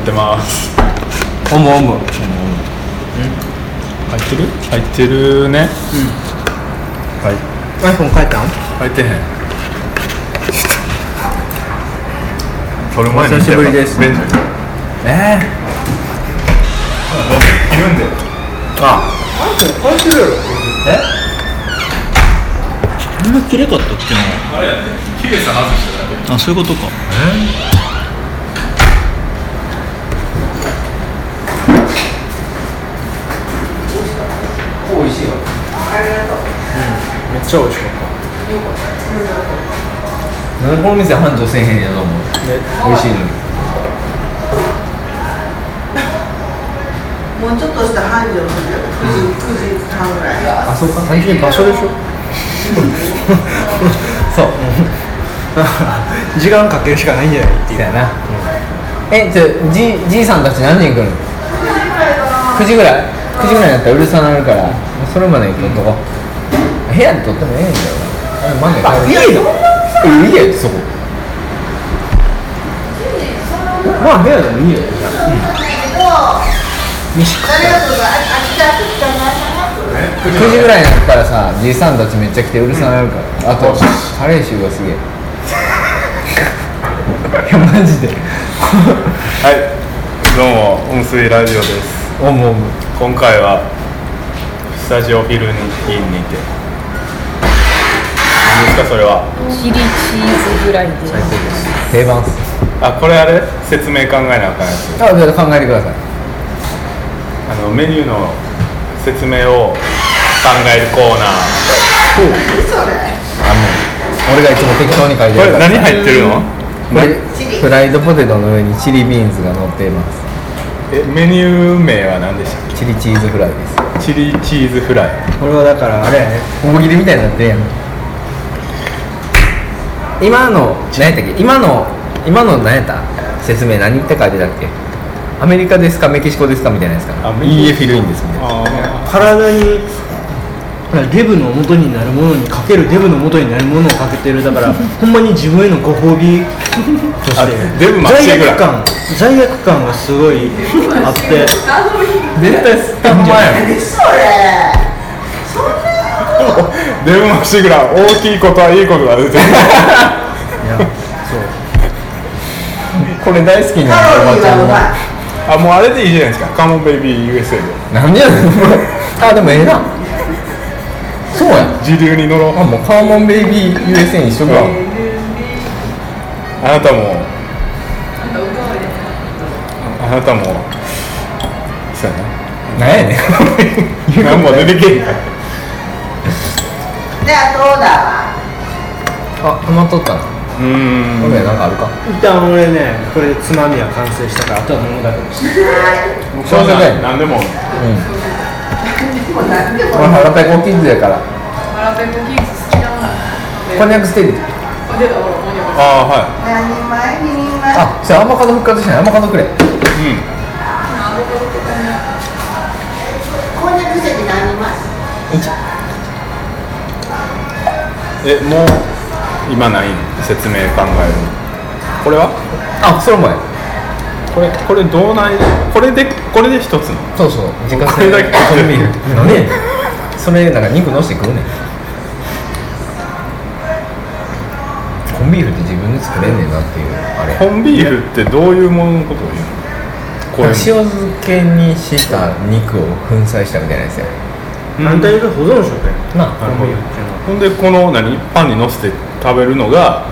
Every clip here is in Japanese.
ってますおむおむ入ってる入ってるねはい iPhone 変えたん入ってへん撮るお前に久しぶりですベンチえいるんであー、えあんな綺麗かったっけケース外してたなあそういうことか美味しいようんめっちゃ美味しかったなんでこの店繁盛せえへんやと思う美味しいのにもうちょっとした繁盛するよ9時9時半ぐらいあそうか単純に場所でしょ そう 時間かけるしかないんじゃないっていうやな、えじゃあじいじいさんたち何人来るの9時ぐらい9時ぐらいになったらうるさなるからそれまでに撮っとこう部屋で撮ってもええんだよなあれマジで家だえ家やでそこまあ部屋でもいいよじゃあ西川9時ぐらいになったらさじいさんたちめっちゃ来てうるさなるから、あとカレー臭がすげえいやマジではいどうも温水ラジオですおもおも今回はスタジオフィルにインにて何ですかそれはチリチーズフライです。定番っすあこれあれ説明考えなあかんやつあじゃあ考えてくださいあのメニューの説明を考えるコーナーあの俺がいつも適当に書いてこるれから何入ってるのフライフライドポテトの上にチリビーンズが乗っていますえメニュー名は何でしたっチリチーズフライですけチリチーズフライこれはだからあれやね大喜利みたいになってるやん今の何やったっけ今の今の何やった説明何って書いてたっけアメリカですかメキシコですかみたいなやつかあなメキシコ EA フィルインですみたいなあ体にほらデブの元になるものにかけるデブの元になるものをかけてるだから ほんまに自分へのご褒美としあてデブまっし罪ぐらい悪感罪悪感がすごいあって絶対スタンバイ何それデブマシグラ大きいことはいいことだ出てる これ大好きなカロおリばちーゃんはが あもうあれでいいじゃないですかカモンベイビー USA でなんでやねんあでもええなそうや時流に乗ろうあもうカーモンベイビー USA 一緒か、あなたもあなたもそうやなんやねんな何も出てけえへんからうまいであとオーダーはあ止まっとったなうーんごめんなんかあるか一旦俺ねこれでつまみは完成したからあとは飲むだけにしてしょうがない何でもうんもう何でもこれ腹ペコキッズやから腹ペコキッズ好きだな。こんにゃくステーキ出たほら、ここにああはい何人前2人前あじゃあアボカド復活しないアボカドくれうこんにゃく席何人前ん、えもう今ないん説明考えるこれはあそれもやこれこれどうないこれでこれで一つのそうそう自家これ製だけコンビーフ何ねそれなんか肉のして食うねんコンビーフって自分で作れんねんなっていうあれコンビーフってどういうもののことを言うのこういう塩漬けにした肉を粉砕したみたいなやつや何体か保存食やなあコンビニほんでこの何パンにのせて食べるのが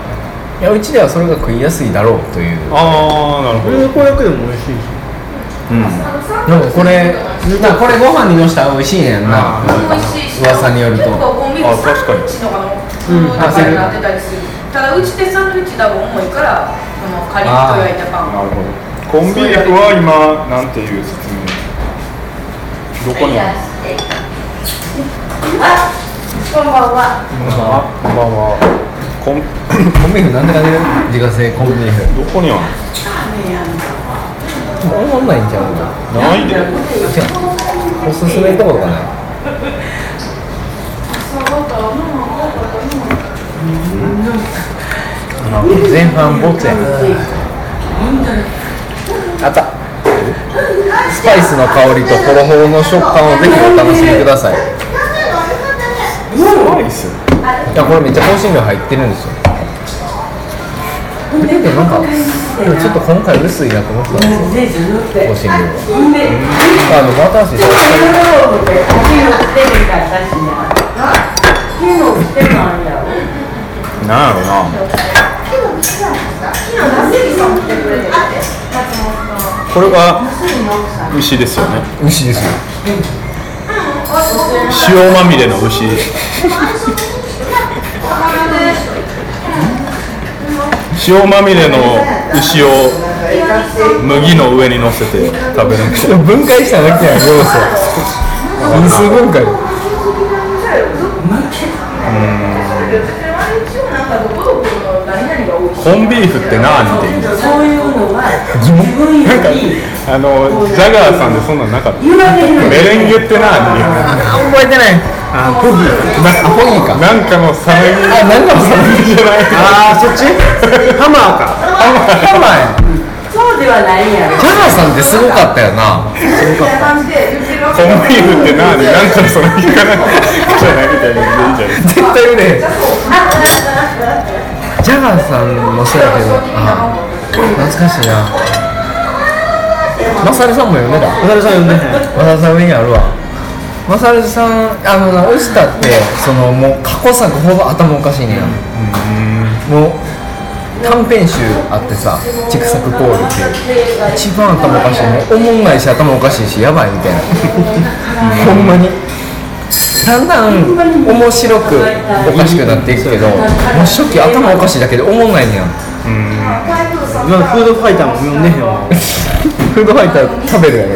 いやうちではそれが食いやすいだろうというああなるこほど、れでこれだけでも美味しいしうん、でもこれなこれご飯にのしたら美味しいねんな美味しいし噂によると結構コンビニあサン確かドにイッチとかのものとかになってたりするただうちでサンドイッチ多分重いからこのカリッと焼いたパンなるほどコンビーフは今なんていう説明どこにあるあこんばんはあこんばんはコンコンビーフなんでかね自家製コンビーフどこにあもうおもんないんちゃうかるのないでなおすすめとこがない前半ボツやあったスパイスの香りとほろほろの食感をぜひお楽しみくださいいごいっすやこれめっちゃ香辛料入ってるんですよでもなんかでもちょっと今回薄いなと思ったんですよ香辛料があのバター味でなんやろなこれは牛ですよね美味しいですよ塩まみれの牛塩まみれの牛を麦の上に乗せて食べるんですよ分解しただけやん要素因数分解コンビーフって何って言うんですそういうのは自分よりあのジャガーさんでそんなんなかった言われるメレンゲって何って言う覚えてないあポギあホギかなんかのサメにあなんかのサメじゃないああそっちハマーかハマやそうではないやろジャガーさんってすごかったよなコンビーフって何なんかのその日からじゃないみたいなんでいいじゃないですか絶対売れへんジャガーさんもそうやけどあ懐かしいなマサルさんも読んでたマサルさん読んでへんマサルさん上にあるわマサルさんあのなオシタってそのもう過去作ほど頭おかしいねやもう短編集あってさ「ちくさくコール」っていう一番頭おかしいねおもんないし頭おかしいしやばいみたい なほんまにだんだん面白くおかしくなっていくけどもう初期頭おかしいだけでおもんないねやん今フードファイターも読んでへんわフードファイター食べるやろ食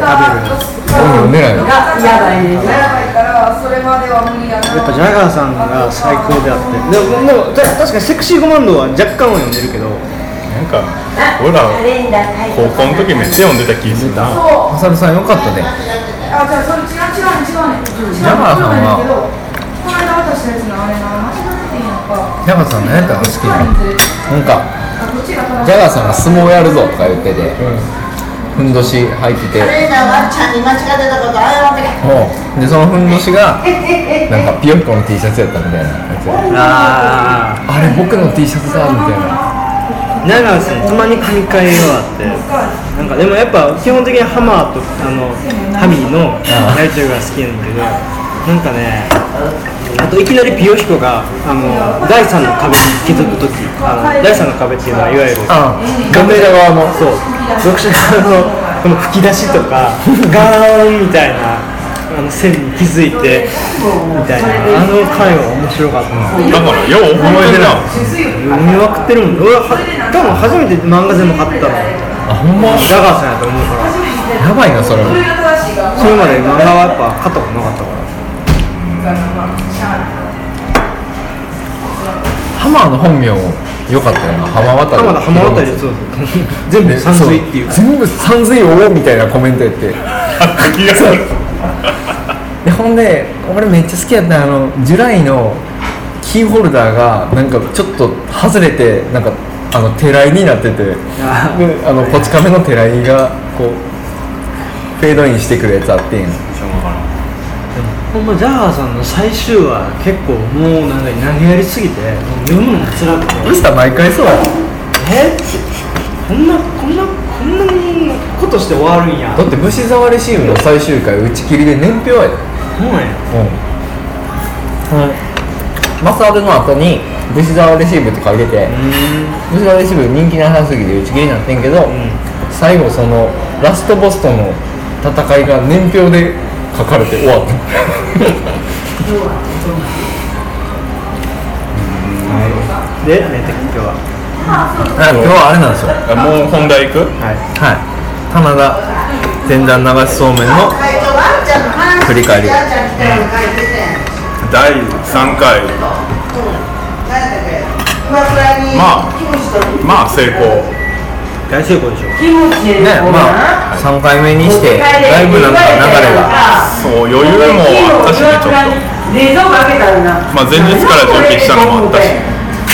べる俺も狙いやばいねやっぱジャガーさんが最高であってでもでもた確かにセクシーコマンドは若干は読んでるけどなんか俺ら高校の時めっちゃ読んでた気するなマサルさんよかったねあ、じゃあそれ違う違う違うね。ジャガーさんはこの間私たちのあれな、間違っていいのか。ジャガーさん何やったの好きなのなんかジャガーさんが相撲やるぞとか言ってて、ふんどし履いててレーダーわっちゃんに間違ってたこと謝って おうでそのふんどしがなんかピヨンコの T シャツやったみたいなやつやああれ僕の T シャツだみたいなあジャガーさんたまに神回があってなんかでもやっぱ基本的にハマーとあのハミーのやりとりが好きやねんけどなんかねあといきなりピヨシコがあの第三の壁に気づく時あの第三の壁っていうのはいわゆるあガメラ側のそう読者側のこの吹き出しとかガーンみたいなあの線に気づいてみたいなあの回は面白かったなだからよう覚えてるな読みまくってるもん俺は多分初めて漫画全部買ったのあほんまジャガーさんやと思うからやばいなそれそれが正しいが。それまで漫画はやっぱ買ったことなかったからハマーの本名もよかったよな浜渡り浜田浜渡りそうそう全部ね三水っていうそ全部三水王みたいなコメントやってあ気がする でほんで俺めっちゃ好きやったあのジュライのキーホルダーがなんかちょっと外れてなんかあの手来になっててでああのこち亀の手来がこうフェードインしてくるやつあってんやほんまジャガーさんの最終話結構もうなんか投げやりすぎてもう読むのも辛くてウスター毎回そうやえこんなこんなこんなことして終わるんやだって武士沢レシーブの最終回打ち切りで年表やでそうなんやうん、マサルの後に武士沢レシーブって書いてて武士沢レシーブ人気なさすぎて打ち切りになってんけど、ん最後そのラストボスとの戦いが年表で書かれて終わったで何やったっけ今日は今日はあれなんですよあもう本題行くはいはい棚田前段流しそうめんのわっちゃんの話振り返りわっちゃんみたいなの書いてて第3回何やったっけ熊倉にまあキムチとまあ成功大成功でしょキムチでねまあ3回目にしてだいぶなんか流れがそう余裕もあったしねちょっと冷蔵庫開けたらなまあ前日から準備したのもあったし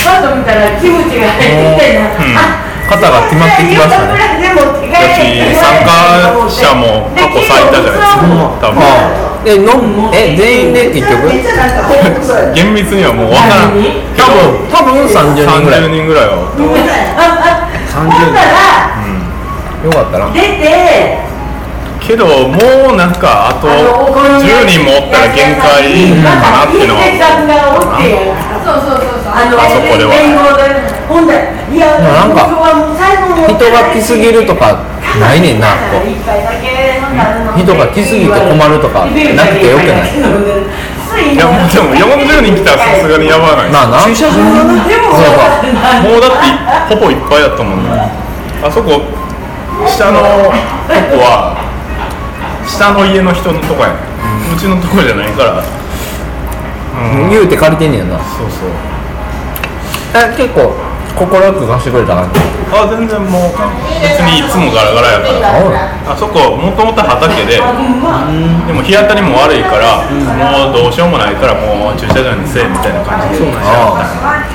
パッと見たらキムチが入ってきてうなんあ肩が決まってきましたねでもだし参加者も過去最多じゃないですか多分あえのえ全員で結局めっちゃなんか報告されて厳密にはもう分からんけ多ど分多分30人ぐらい30人ぐらいはごめんなさいほ30んならよかったな出てけどもうなんかあと10人もおったら限界かなっていうのははそうそうそうそうあのそこでは連合でほんだらいやなんか人が来すぎるとかないねんなこう人が来すぎて困るとかなくてよくないいやもうでも40人来たらさすがにやばない、まあな駐車場がなそうそもううだってほぼいっぱいやったもんねあそこ下のとこは下の家の人のとこやね、うちのとこじゃないから言うて借りてんねやなそうそうえ結構心よく貸してくれた感じあ全然もう別にいつもガラガラやからあそこもともと畑ででも日当たりも悪いからもうどうしようもないからもう駐車場にせえみたいな感じでああ、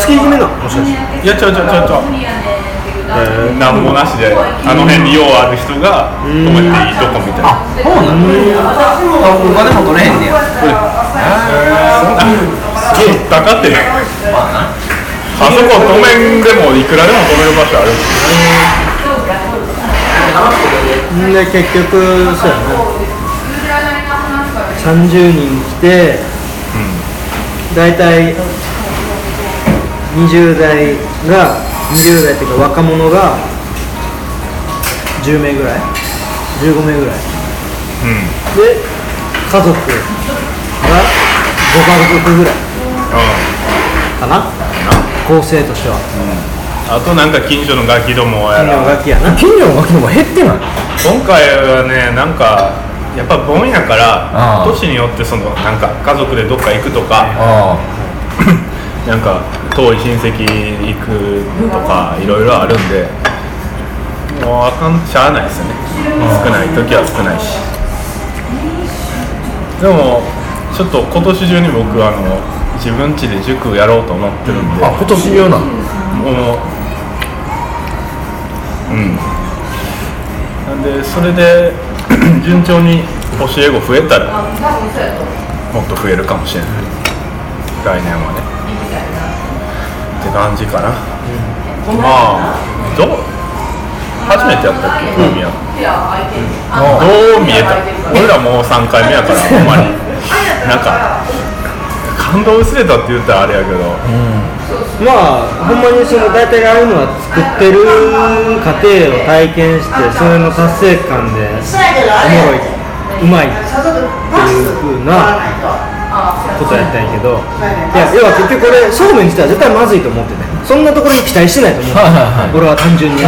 月決めなもしかしていやちょちょちょちょなんもなしであの辺に用ある人が泊めていいとこみたいなあお金も取れへんねやちょっと高ってあそこ止めんでもいくらでも止める場所あるんで結局そうやな30人来て、大体20代が20代っていうか若者が10名ぐらい15名ぐらいうんで家族が5家族ぐらいうんかな構成としてはあとなんか近所のガキどもや金のらガキやな近所の額も減ってない今回はねなんかやっぱ盆やからああ都市によってそのなんか家族でどっか行くとかあなんか遠い親戚行くとかいろいろあるんでもうあかんしゃあないですよね少ない時は少ないしでもちょっと今年中に僕あの自分家で塾やろうと思ってるんであ今年用なもううんなんでそれで順調に教え子増えたらもっと増えるかもしれない来年はねって感じかな、まあどう初めてやったっけ大宮、どう見えた俺らもう3回目やからほんまになんか感動薄れたって言ったらあれやけど、まあほんまにその大体ああいうのは作ってる過程を体験してそれの達成感でそやけどあおれもろいやうまい所属バスことやったんやけどいや要は結局俺そうめん自体は絶対まずいと思ってねそんなところに期待してないと思うはいはいはい俺は単純に、一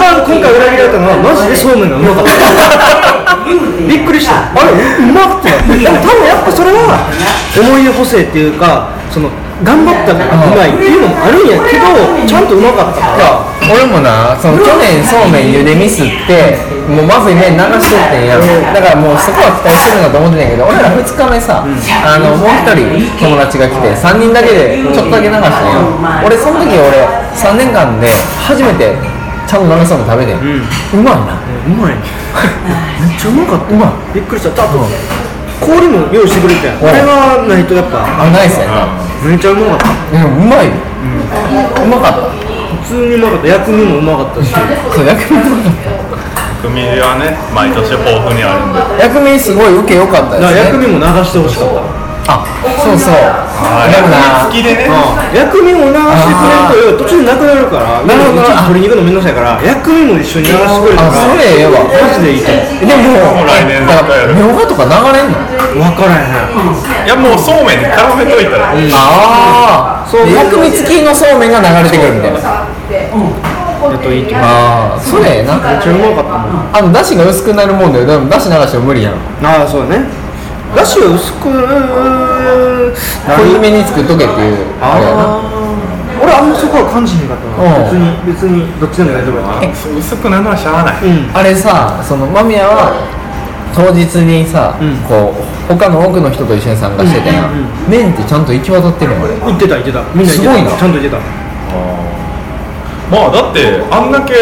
番今回裏切られたのはマジでそうめんがうまかったびっくりしたあれうまってでも多分やっぱそれは思い出補正っていうかその頑張ったからうまいっていうのもあるんやけどちゃんとうまかったかいやら俺もなその去年そうめん茹でミスってもうまずい麺流してってんやだからもうそこは期待してるんだと思ってんやけど俺ら2日目さ、あのもう1人友達が来て3人だけでちょっとだけ流してんや俺その時俺3年間で初めてちゃんと流そうめん食べてん、うまいなうまいめっちゃうまかったうまいびっくりしたあと氷も用意してくれてんあれがないとやっぱあナイスやなめっちゃうまかったうんうまい、うまかっ普通にうまかった薬味もうまかったしたそう薬味うまかっ組はね毎年豊富にあるんでた薬味すごい受け良かったでなすね薬味も流してほしかったあそうそうでもな好きでね薬味も流してくれると途中でなくなるからなるほどいちいち取りに行くのめんどくさいから薬味も一緒に流してくれあたらそれええわマジでいいとでももう来年絶だか対やるらみょうがとか流れんの思う分からへいんやもうそうめんに絡めといたら、いああそう薬味付きのそうめんが流れてくるみたいなやっといいと思うああそれええなめっちゃうまかったあもんのだしが薄くなるもんだよでもだし流しても無理やんああそうだねだしを薄く濃いめに作っとけっていうあれやな俺あんまそこは感じへんかったな別うに別にどっちでも大丈夫やな薄くなるのはしゃあない、うんあれさその間宮は当日にさ、うんこう他の多くの人と一緒に参加してたやん、うんうん麺ってちゃんと行き渡ってるのあれ行ってた行ってたみんなす行ってごいなたちゃんと行ってたまあだってあんだけ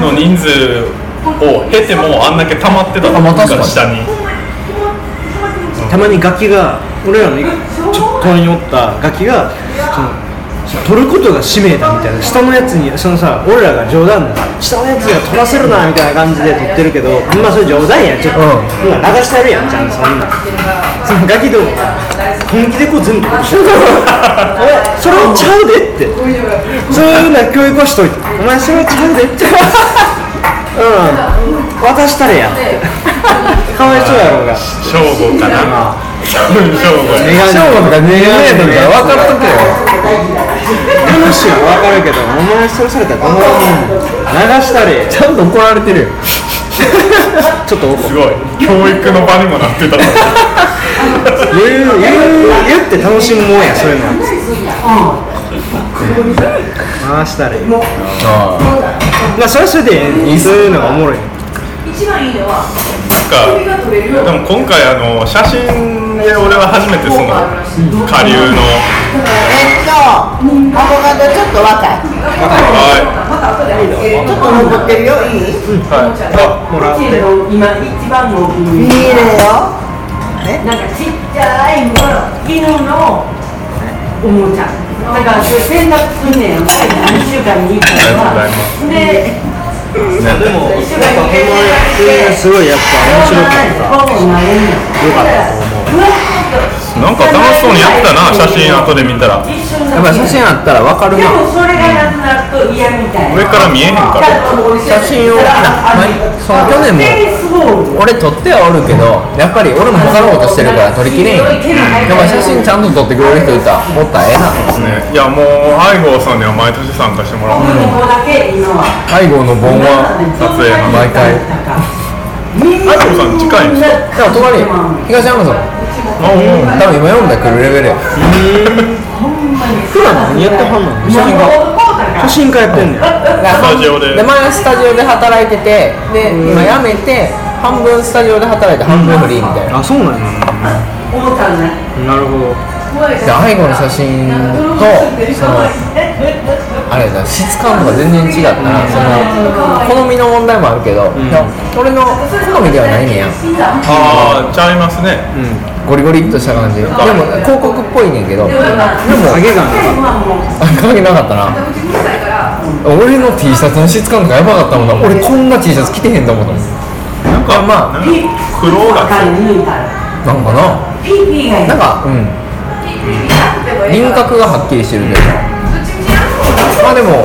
の人数を経てもあんだけ溜まってたあまあから確か下ににたまにガキが俺らのちょっとにおったガキがその取ることが使命だみたいな下のやつにそのさ俺らが冗談で下のやつには取らせるなみたいな感じで取ってるけどあんまそれ冗談やんちょっうと、今流してるやんちゃんとそんなんそのガキどもが本気でこう全部殺してるえそれはちゃうでってそういうな教育はしといてお前それはちゃうでってうん渡したれやってかわいそうやろうが正午か な正午メガネとかメガネとか分かっとけよ話は分かるけどお前それされたらどう思うの流したりちゃんと怒られてるよちょっとすごい教育の場にもなってたの言う言う言って楽しむもんやそういうのは回したりまああそれはそれでええそういうのがおもろい一番いいのはなんかでも今回あの写真で俺は初めてその下流のえっと、アボカドちょっと若い。はいちょっと残ってるよ、いい。いいはいもらってのよ。なんかちっちゃいもの犬のおもちゃだからそれ洗濯すんねん毎何週間に1回あはりがとででも1週間に1回すごいやっぱ面白かったほぼないねんよかったと思うなんか楽しそうにやってたな写真後で見たら一緒にあやっぱり写真あったら分かるでなもそれがなくなると嫌みたいな上から見えへんから写真を前その去年も俺撮ってはおるけどやっぱり俺も測ろうとしてるから撮りきれんよやっぱ写真ちゃんと撮ってくれる人いたらもったらええなですねいやもう愛郷さんには毎年参加してもらおうここだけ今は背後の盆は撮影班毎回で愛郷さん近いんですかも隣東山さんあうん多分今読んだ来るレベルや普段何やってはんの写真家写真家やってんねんスタジオでで前はスタジオで働いててで今辞めて半分スタジオで働いて半分フリーみたいなあそうなんや思ったんないなるほどで背後の写真とそのあれだ質感とか全然違ったなその好みの問題もあるけど、いや俺の好みではないねんやああちゃいますねゴリゴリっとした感じでも広告っぽいねんけどでも影がなあ影なかったな俺の T シャツの質感とかやばかったもんな俺こんな T シャツ着てへんと思ったもんなんかまあなんか黒がなんかなピーピーながいいんかうん輪郭がはっきりしてるけどまあでもあ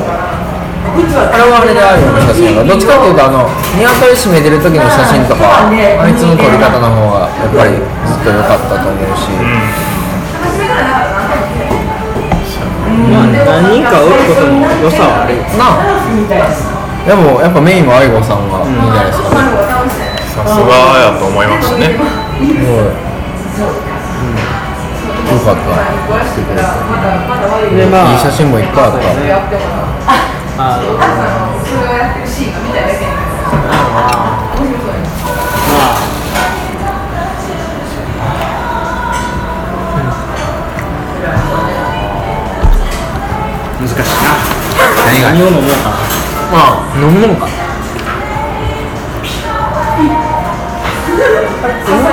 れはあれであるような写真がどっちかっていうとあのニワトリ閉めてる時の写真とかあいつの撮り方の方がやっぱりずっと良かったと思うし、まあ何人かおることも良さはあるよなあでもやっぱメインは愛護さんがいいんじゃないですかね、さすがやと思いましたねすごい、よかったでまあいい写真もいっぱいあった、あの難しい何がな何を飲もうかまあ飲むもんかなお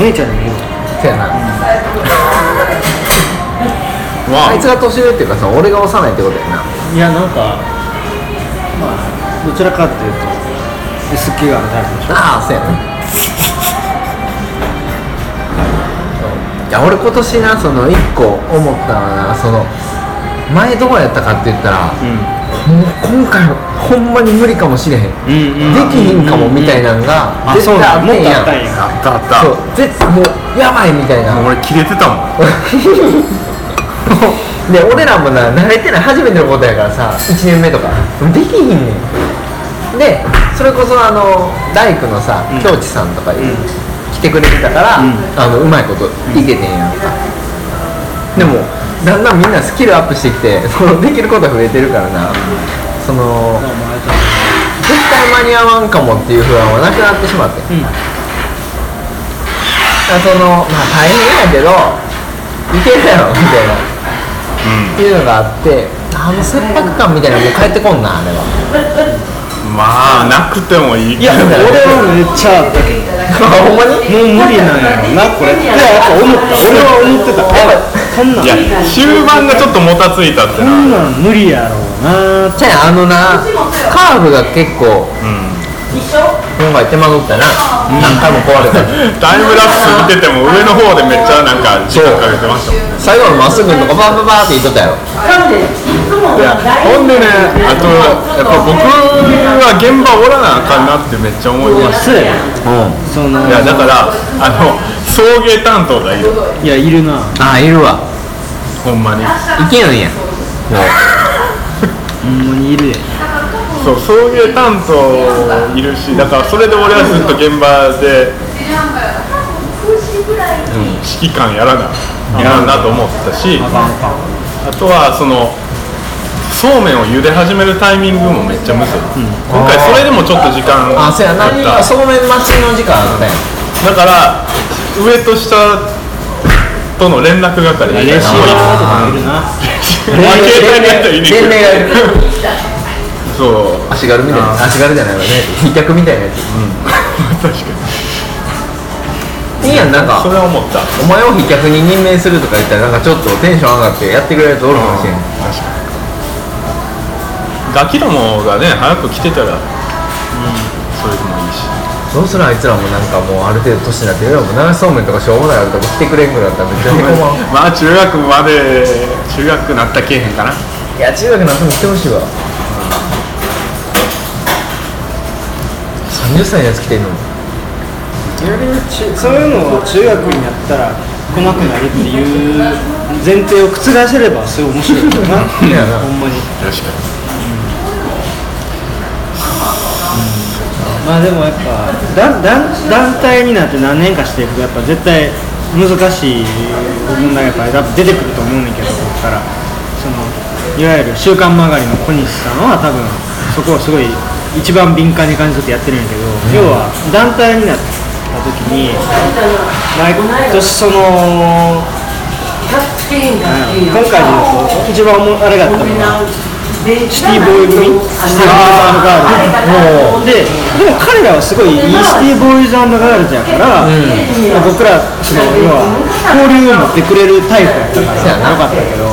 姉ちゃんに言うせやなまああいつが年上っていうかさ俺が幼いってことやないやなんかまあどちらかっていうと S 級があるタイプでしょああそうやねいや俺今年なその一個思ったのはなその前どうやったかって言ったら、もう今回はほんまに無理かもしれへん、うんできひんかもみたいなんがうん絶対あってんやあそうなんもっとああっんったんやたあっそう絶対もうやばいみたいな俺切れてたもん で俺らもな慣れてない初めてのことやからさ1年目とかできひんねんでそれこそあの大工のさ京地さんとかいう来てくれてたから、あのうまいこといけてんやんか、でもだんだんみんなスキルアップしてきて そのできることが増えてるからなその絶対間に合わんかもっていう不安はなくなってしまって、んだからそのまあ大変やけどいけるやろみたいなっていうのがあってあの切迫感みたいなのもう帰ってこんなあれはまあなくてもいいいや、俺はめっちゃあったけど、ほんまにもう無理なんやろな、これ。いや、やっぱ思った、俺は思ってた。やっぱこんなん、いや終盤がちょっともたついたってこな、うんんなん無理やろうなって。じゃああのなカーブが結構今回手間取ったな何回も壊れたりタイムラプス見てても上の方でめっちゃなんか時間かけてましたもん最後のまっすぐのとこバーバーバーって言っとったやろなんでいつもいやほんでねあとやっぱ僕は現場おらなあかんなってめっちゃ思いましたそうやねそのいやだからあの送迎担当がいるいや、いるな。ああいるわほんまにいけるんやほんまにいるやそう送迎担当いるしだからそれで俺はずっと現場で、うん、指揮官やらなやらなと思ってたしあかんあかん。あとはそのそうめんを茹で始めるタイミングもめっちゃむずい、今回それでもちょっと時間あそうやなかったそうめん待ちの時間あったやんだから上と下との連絡係レみシたいなーバーとかいるな。お前携帯のやついね連え連連連連そう足軽みたいな足軽じゃないわね飛脚みたいなやつ確かいいやんなんにそれかは思ったお前を飛脚に任命するとか言ったらなんかちょっとテンション上がってやってくれるやつおるかもしれん確かにガキどもがね早く来てたら、それでもいいしどうするあいつらもなんかもうある程度年になってるよもう流しそうめんとかしょうもないあるとこ来てくれんぐらいだったらめっちゃへこままん あ中学まで中学なったけえへんかないや中学なんても来てほしいわ30歳のやつ来てんのそういうのを中学になったら来なくなるっていう前提を覆せればすごい面 白いよなほんまに確かにまあでもやっぱだだ団体になって何年かしていくとやっぱ絶対難しい部分がやっぱり多分出てくると思うねんだけどここからそのいわゆる「週刊曲がり」の小西さんは多分そこをすごい一番敏感に感じ取ってやってるんやけど、要は団体になった時に毎年そのだっていう今回の一番もあれがあったのがシティボーイ組シティボーイズガールズででも彼らはすごいいいシティボーイズガールズやから、僕らその要は交流を持ってくれるタイプやったからよかったけど、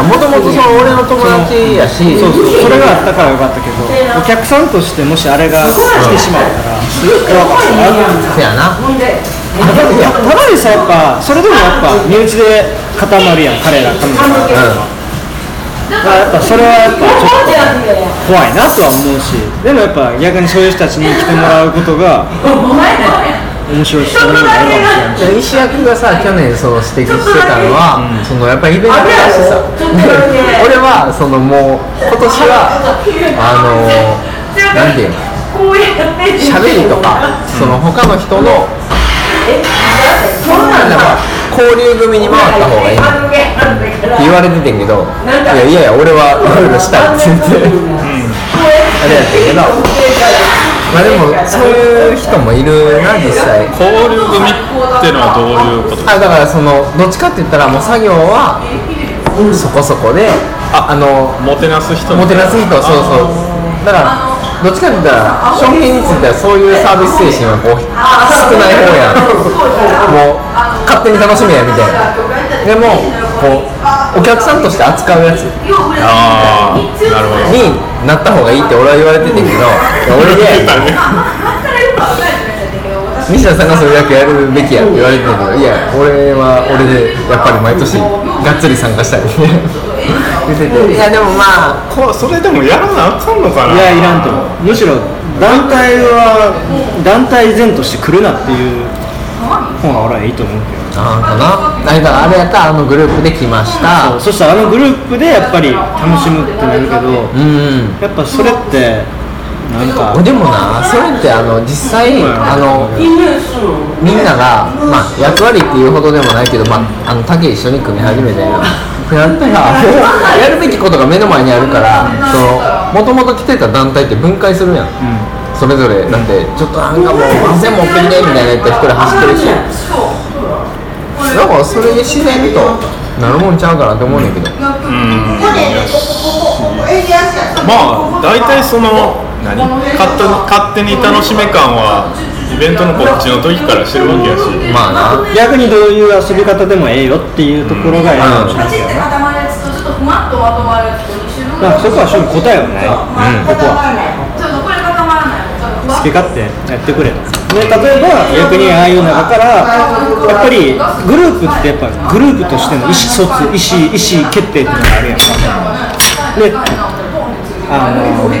もともとその俺の友達やしそうそうそれがあったからよかったけどお客さんとしてもしあれが来てしまったらすごい怖かったなせやなただいやただでさやっぱそれでもやっぱ身内で固まるやん彼ら彼女らだからやっぱそれはやっぱちょっと怖いなとは思うしでもやっぱ逆にそういう人たちに来てもらうことが面白いしそういうのがあるかもしれないしで石役がさ去年その指摘してたのは、そのやっぱりイベントだしさで 俺はそのもう今年はあのなんていうの喋りとか、その他の人の、なんか交流組に回った方がいいなって言われててんけどいやいやいや俺はいろいろしたいって言って、あれやったけどまあでもそういう人もいるな実際交流組ってのはどういうことあだからそのどっちかって言ったらもう作業はそこそこでああのもてなす人もてなす人はそうそうだからどっちかって言ったら商品についてはそういうサービス精神はこう少ない方やもう勝手に楽しめやみたいなでもこうお客さんとして扱うやつああなるほどになった方がいいって俺は言われててんけどいや俺で西田さんがそれだけやるべきやって言われてたけどいや俺は俺でやっぱり毎年がっつり参加した い言ってていやでもまあこうそれでもやらなあかんのかないやいらんと思うむしろ団体は団体前として来るなっていう方が俺はいいと思うけどなんかなだからあれやったらあのグループで来ましたそうそしたらあのグループでやっぱり楽しむってなるけどうんやっぱそれってなんかでもなそれってあの実際あのみんなが、まあ、役割っていうほどでもないけど、まあ、あの竹一緒に組み始めてやったら やるべきことが目の前にあるからもともと来てた団体って分解するやん、それぞれだってちょっとなんかもう万全持ってきてみたいなやつ一人走ってるしだからそれで自然となるもんちゃうかなって思うねんけどうんここでここここここ襟足やったまあ大体その何勝手に勝手に楽しめ感はイベントの告知の時からしてるわけやしまあな逆にどういう遊び方でもええよっていうところがええのかもしれなパいチって固まるやつとちょっとふわっとまとまるやつと2種類だからそこは正直答えはないまあここはないちょっとこれ固まらないちょっとふわっ好き勝手やってくれとで例えば逆にああいう中からやっぱりグループってやっぱグループとしての意思疎通意思意思決定っていうのがあるやんかであの要は来年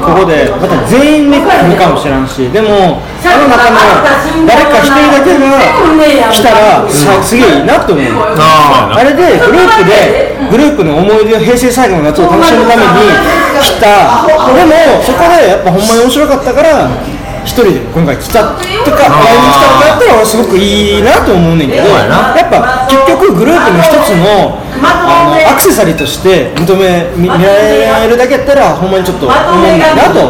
ここでまた全員で来るかもしれんしでもあの中の誰か一人だけが来たらさすげえいいなと思うああれでグループでグループの思い出を平成最後の夏を楽しむために来たでもそこでやっぱほんまに面白かったから一人で今回来たとか来年来たとかやったら俺すごくいいなと思うねんけどやっぱ結局グループの一つのあのアクセサリーとして認め見見られるだけやったらほんまにちょっと思うねんなとは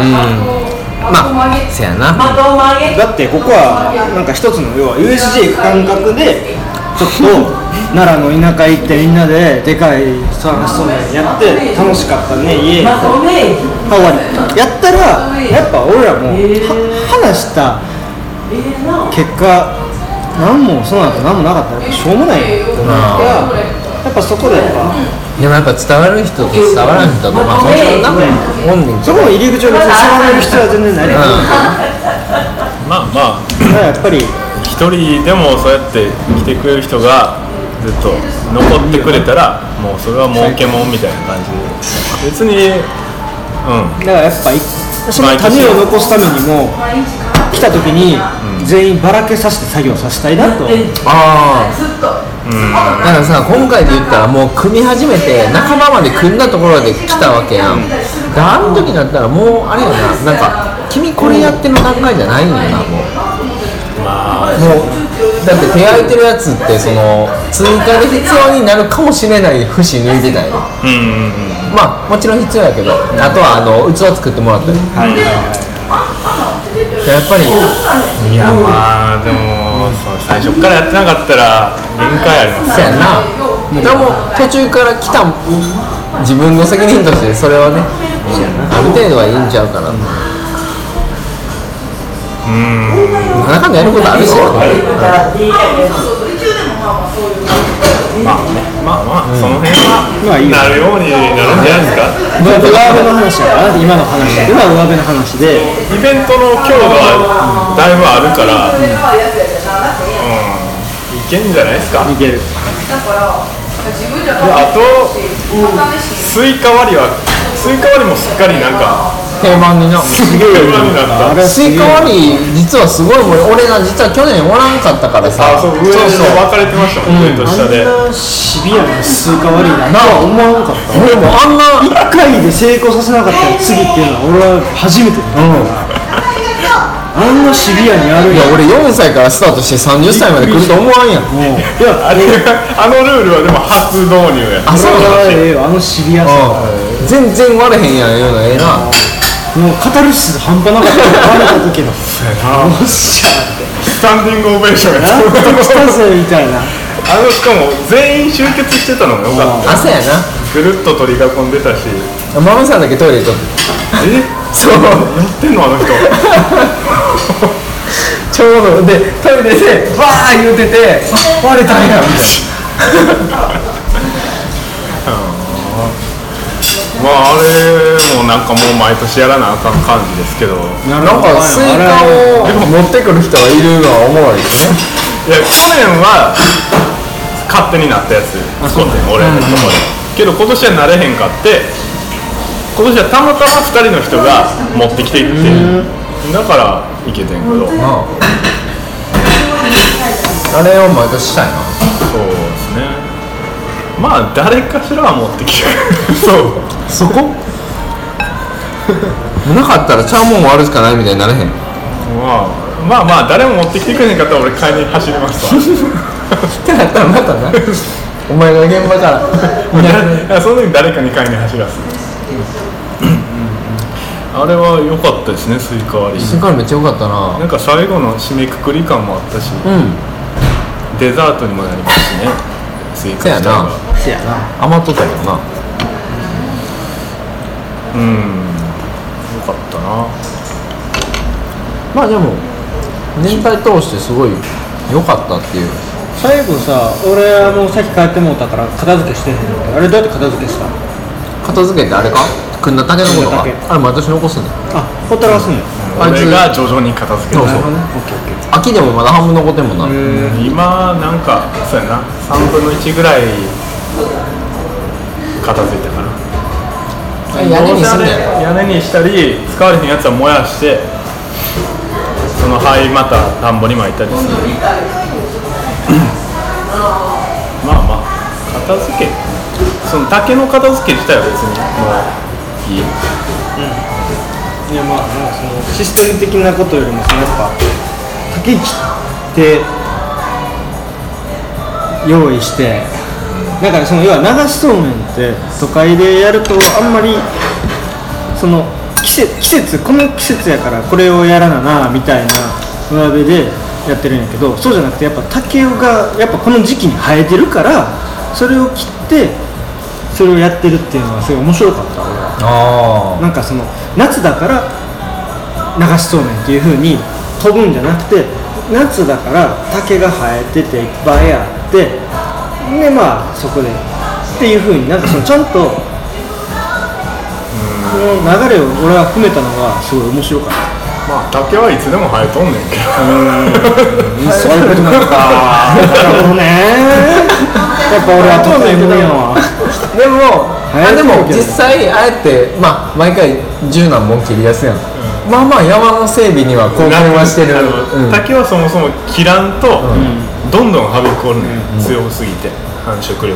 思うまあせやなだってここはなんか一つの要は USJ 行く感覚でちょっ と奈良の田舎行ってみんなででかい探しそうなやって楽しかったね家へハワイやったらやっぱ俺らもは話した結果何もその後何もなかったらしょうもないと思うからやっぱそこでやっぱでもやっぱ伝わる人と伝わらん人とまあもちろんなおんねんけそどこの入り口を別に触れる必要は全然ないと思うあまあまあだからやっぱり一人でもそうやって来てくれる人がずっと残ってくれたらもうそれは儲けもんみたいな感じで別にうんだからやっぱいその種を残すためにも来た時に全員ばらけさせて作業させたいなと、ああだからさ今回で言ったらもう組み始めて仲間まで組んだところで来たわけやんだあの時になったらもうあれやななんか君これやってる段階じゃないんやなもうもうだって手空いてるやつってその追加で必要になるかもしれない節抜いてないうんうんうんまあもちろん必要やけどあとはあの器作ってもらったり、やっぱりいやまあでもそう最初からやってなかったら限界ありますそやなでも途中から来た自分の責任としてそれはねある程度はいいんちゃうかなうんなかなかやることあるしまあまあその辺はまあいいよなるようになるんじゃないですか上辺の話やから今の話今は上辺の話でイベントの強度はだいぶあるからうんいけんじゃないですかいけるあとスイカ割りはスイカ割りもすっかりなんか定番になすげえ上手になったあれはスイカ割り実はすごいもう俺が実は去年おらんかったからさあそう上で分かれてましたもん上と下であんなシビアなスイカ割りだなとは思わなかった俺もあんな一回で成功させなかったら次っていうのは俺は初めてあんなシビアにやるいややん俺4歳からスタートして30歳まで来ると思わんやんもういやあれあのルールはでも初導入やあそそうなんれはだええよあのシビアさうん全然割れへんやんいうのええなもうカタルシス半端なかったのバレた時 のよっしゃスタンディングオベーションややっと来たぜみたいなあのしかも全員集結してたのがよかった朝やなぐるっと取り囲んでたしママさんだけトイレ行っとくえそうやってんのあの人ちょうどでトイレでわー言うててあ割れたんやみたいまああれもなんかもう毎年やらなあかん感じですけどいなななんかスイカを持ってくる人がいるのはおもろいですねや去年は勝手になったやつ使ってん俺のとこでけど今年はなれへんかって今年はたまたま2人の人が持ってきていってだからいけてんけどそうああれを毎年したいなですねまあ誰かしらは持ってきてる そうそこなかったらちゃうもん割るしかないみたいになれへんまあまあまあ誰も持ってきてくれへんかったら俺買いに走りますわってなったらまたなお前が現場から いやその時に誰かに買いに走らすあれは良かったですねスイカ割り新幹めっちゃ良かったななんか最後の締めくくり感もあったし、うんデザートにもなりますしねスイカそや自体がなせやな余っとったけどなうん良かったなまあでも年体通してすごい良かったっていう最後さ俺はもうさっき帰ってもうたから片付けしてへんねんけどあれどうやって片付けした片付けてあれか組んだ竹のことかあ組んだれ毎年残すねあほったらかすんのあいつ俺が徐々に片付けそうたそうなるほどねオッケーオッケー秋でもまだ半分残ってんもんな今なんかそうやな3分の1ぐらい片付いたかな屋根にすどんうねせんあれ屋根にしたり使われへんやつは燃やしてその灰また田んぼに巻いたりするまあまあ片付けその竹の片付け自体は別にもういいいやまあなんかそのシステム的なことよりもそのやっぱ竹切って用意してだからその要は流しそうめんって都会でやるとあんまりその季節季節この季節やからこれをやらななみたいなお鍋でやってるんやけどそうじゃなくてやっぱ竹がやっぱこの時期に生えてるからそれを切ってそれをやってるっていうのはすごい面白かった俺は。あなんかその夏だから流しそうめんっていう風に飛ぶんじゃなくて夏だから竹が生えてていっぱいあってでまあそこでっていう風になんかそのちゃんとこの流れを俺は含めたのがすごい面白かったまあ竹はいつでも生えとんねんけどそういうことなのかなるほどねやっぱ俺は とってもやわあでも流行っあてるでもけど実際あれってまあ毎回十何本切りやすいやん、まあまあ山の整備には貢献はしてる、あのうん、竹はそもそも切らんと、どんどんはびこるねん、強すぎて繁殖力がな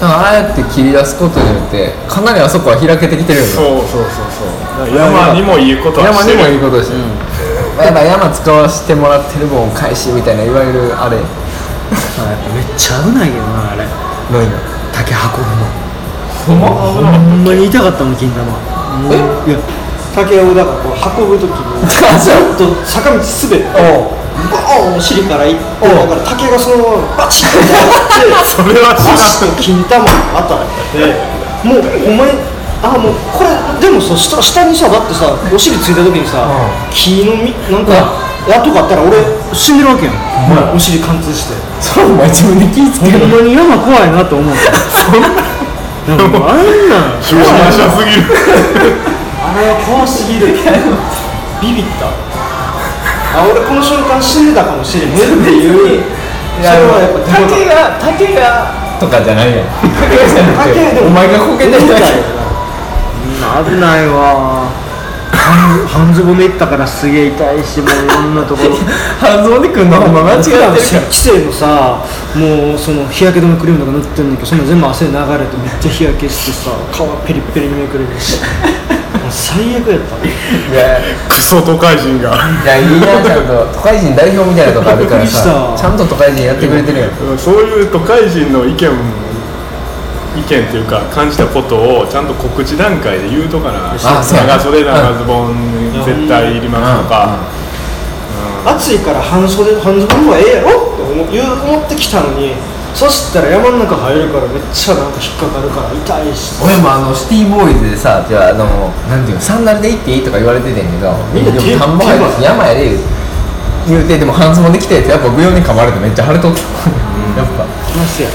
だからああやって切り出すことによってかなりあそこは開けてきてるよねそうそうそうそう山にもいいことは山してにるもいいことだし、やっぱ山使わせてもらってる分を返しみたいないわゆるあれあやっぱめっちゃ危ないけどなあれロイの竹運ぶのほんま危なほかっんまに痛かったもん金玉もういや竹をだからこう運ぶ時にちあそうょ っと坂道滑っておうバーンお尻からいっておうだから竹がそのままバチッとやってたそれはバシッと金玉に当たってもうお前あもうこれでもさ下下にさだってさお尻ついた時にさう木のみなんかやっとかあったら俺死んでるわけやんお尻貫通してそれお前自分で気ぃつけほんろまに山怖いなと思ったそんなんかあんなん中心者すぎるあれは怖すぎるビビったあ俺この瞬間死んでたかもしれへんっていうそれはやっぱ竹が竹がとかじゃないやん竹がじゃなく竹でてもお前がこけてるだけ危ないわ半半ズボンで行ったからすげえ痛いしもういろんなところ 半蔵でくんのほんま間違ってるから規制もさもうその日焼け止めクリームとか塗ってんだけどそんな全部汗流れてめっちゃ日焼けしてさ皮ペリッペリにめくれる しもう最悪やった いやクソ都会人がいやいいなちゃんと都会人代表みたいなとこあるからびっくりしさたちゃんと都会人やってくれてるやんうんそういう都会人の意見意見っていうか感じたことをちゃんと告知段階で言うとかなあそうやな長袖長ズボン絶対いりますとか暑いから半袖半ズボンの方がええやろって思う言う思ってきたのにそしたら山の中入るからめっちゃなんか引っかかるから痛いし俺もあのシティボーイズでさじゃああのなんていうのサンダルで行っていいとか言われててんけどみんなでも田んぼ入るし山やで言うてでも半ズボンで来てってやっぱ舞踊に噛まれてめっちゃ腫れとったやっぱますや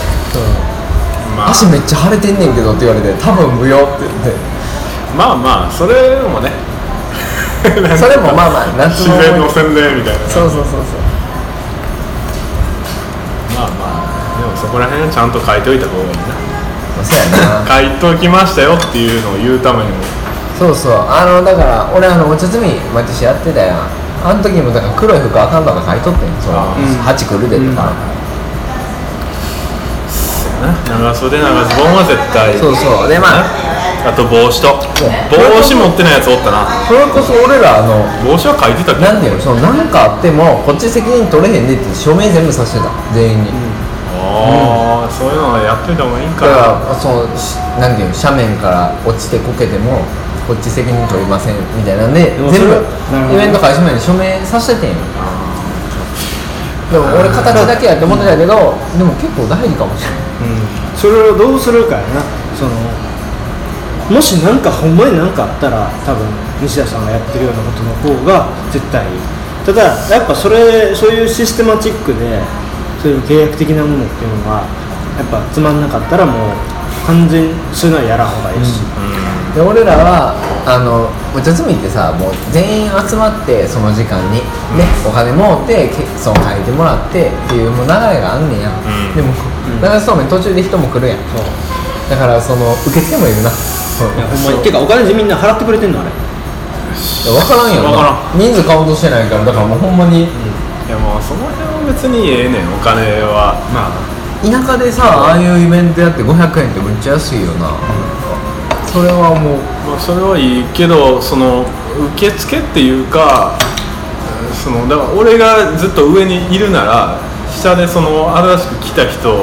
まあ足めっちゃ腫れてんねんけどって言われて多分舞踊って言 ってまあまあそれもねそれもまあまあ夏自の思い然の洗礼みたいなそうそうそうそうまあまあでもそこら辺はちゃんと書いておいた方がいいなまあそうやな書いときましたよっていうのを言うためにもそうそうあのだから俺あのお茶摘み毎年やってたやんあの時もだから黒い服あかんとか買いとってんそのあー鉢来るでとか、長袖長ズボンは絶対そうそうでまああと帽子と帽子持ってないやつおったなそれこそ俺らあの帽子は書いてたけどなんていうのその何かあってもこっち責任取れへんでって署名全部させてた全員に、あああ、そういうのはやってた方がいいんだかかならそのしなんていうの斜面から落ちてこけてもこっち責任取りませんみたいなんででも全それ部はなるほイベンどト開始前に署名させててんよでも俺形だけやって思ってたけどでも結構大事かもしれないうん、それをどうするかやなそのもし何かほんまに何かあったら多分西田さんがやってるようなことの方が絶対いいただやっぱそれそういうシステマチックでそういう契約的なものっていうのはやっぱつまんなかったらもう完全にそういうのはやらんほうがいいし、で俺らはあのお茶摘みってさもう全員集まってその時間に、ね、お金もうてけその書いてもらってっていうもう流れがあんねんや、うんでも流しそうめん途中で人も来るやんだからその受付もいるなうんいやほんまにてかお金みんな払ってくれてんのあれ分からんよわからな人数カウントしてないからだからもうほんまいにやもうその辺は別にええねんお金はまあ田舎でさああいうイベントやって500円ってめっちゃ安いよな、それはもうまあそれはいいけどその受付っていうかうんそのだから俺がずっと上にいるなら下でその新しく来た人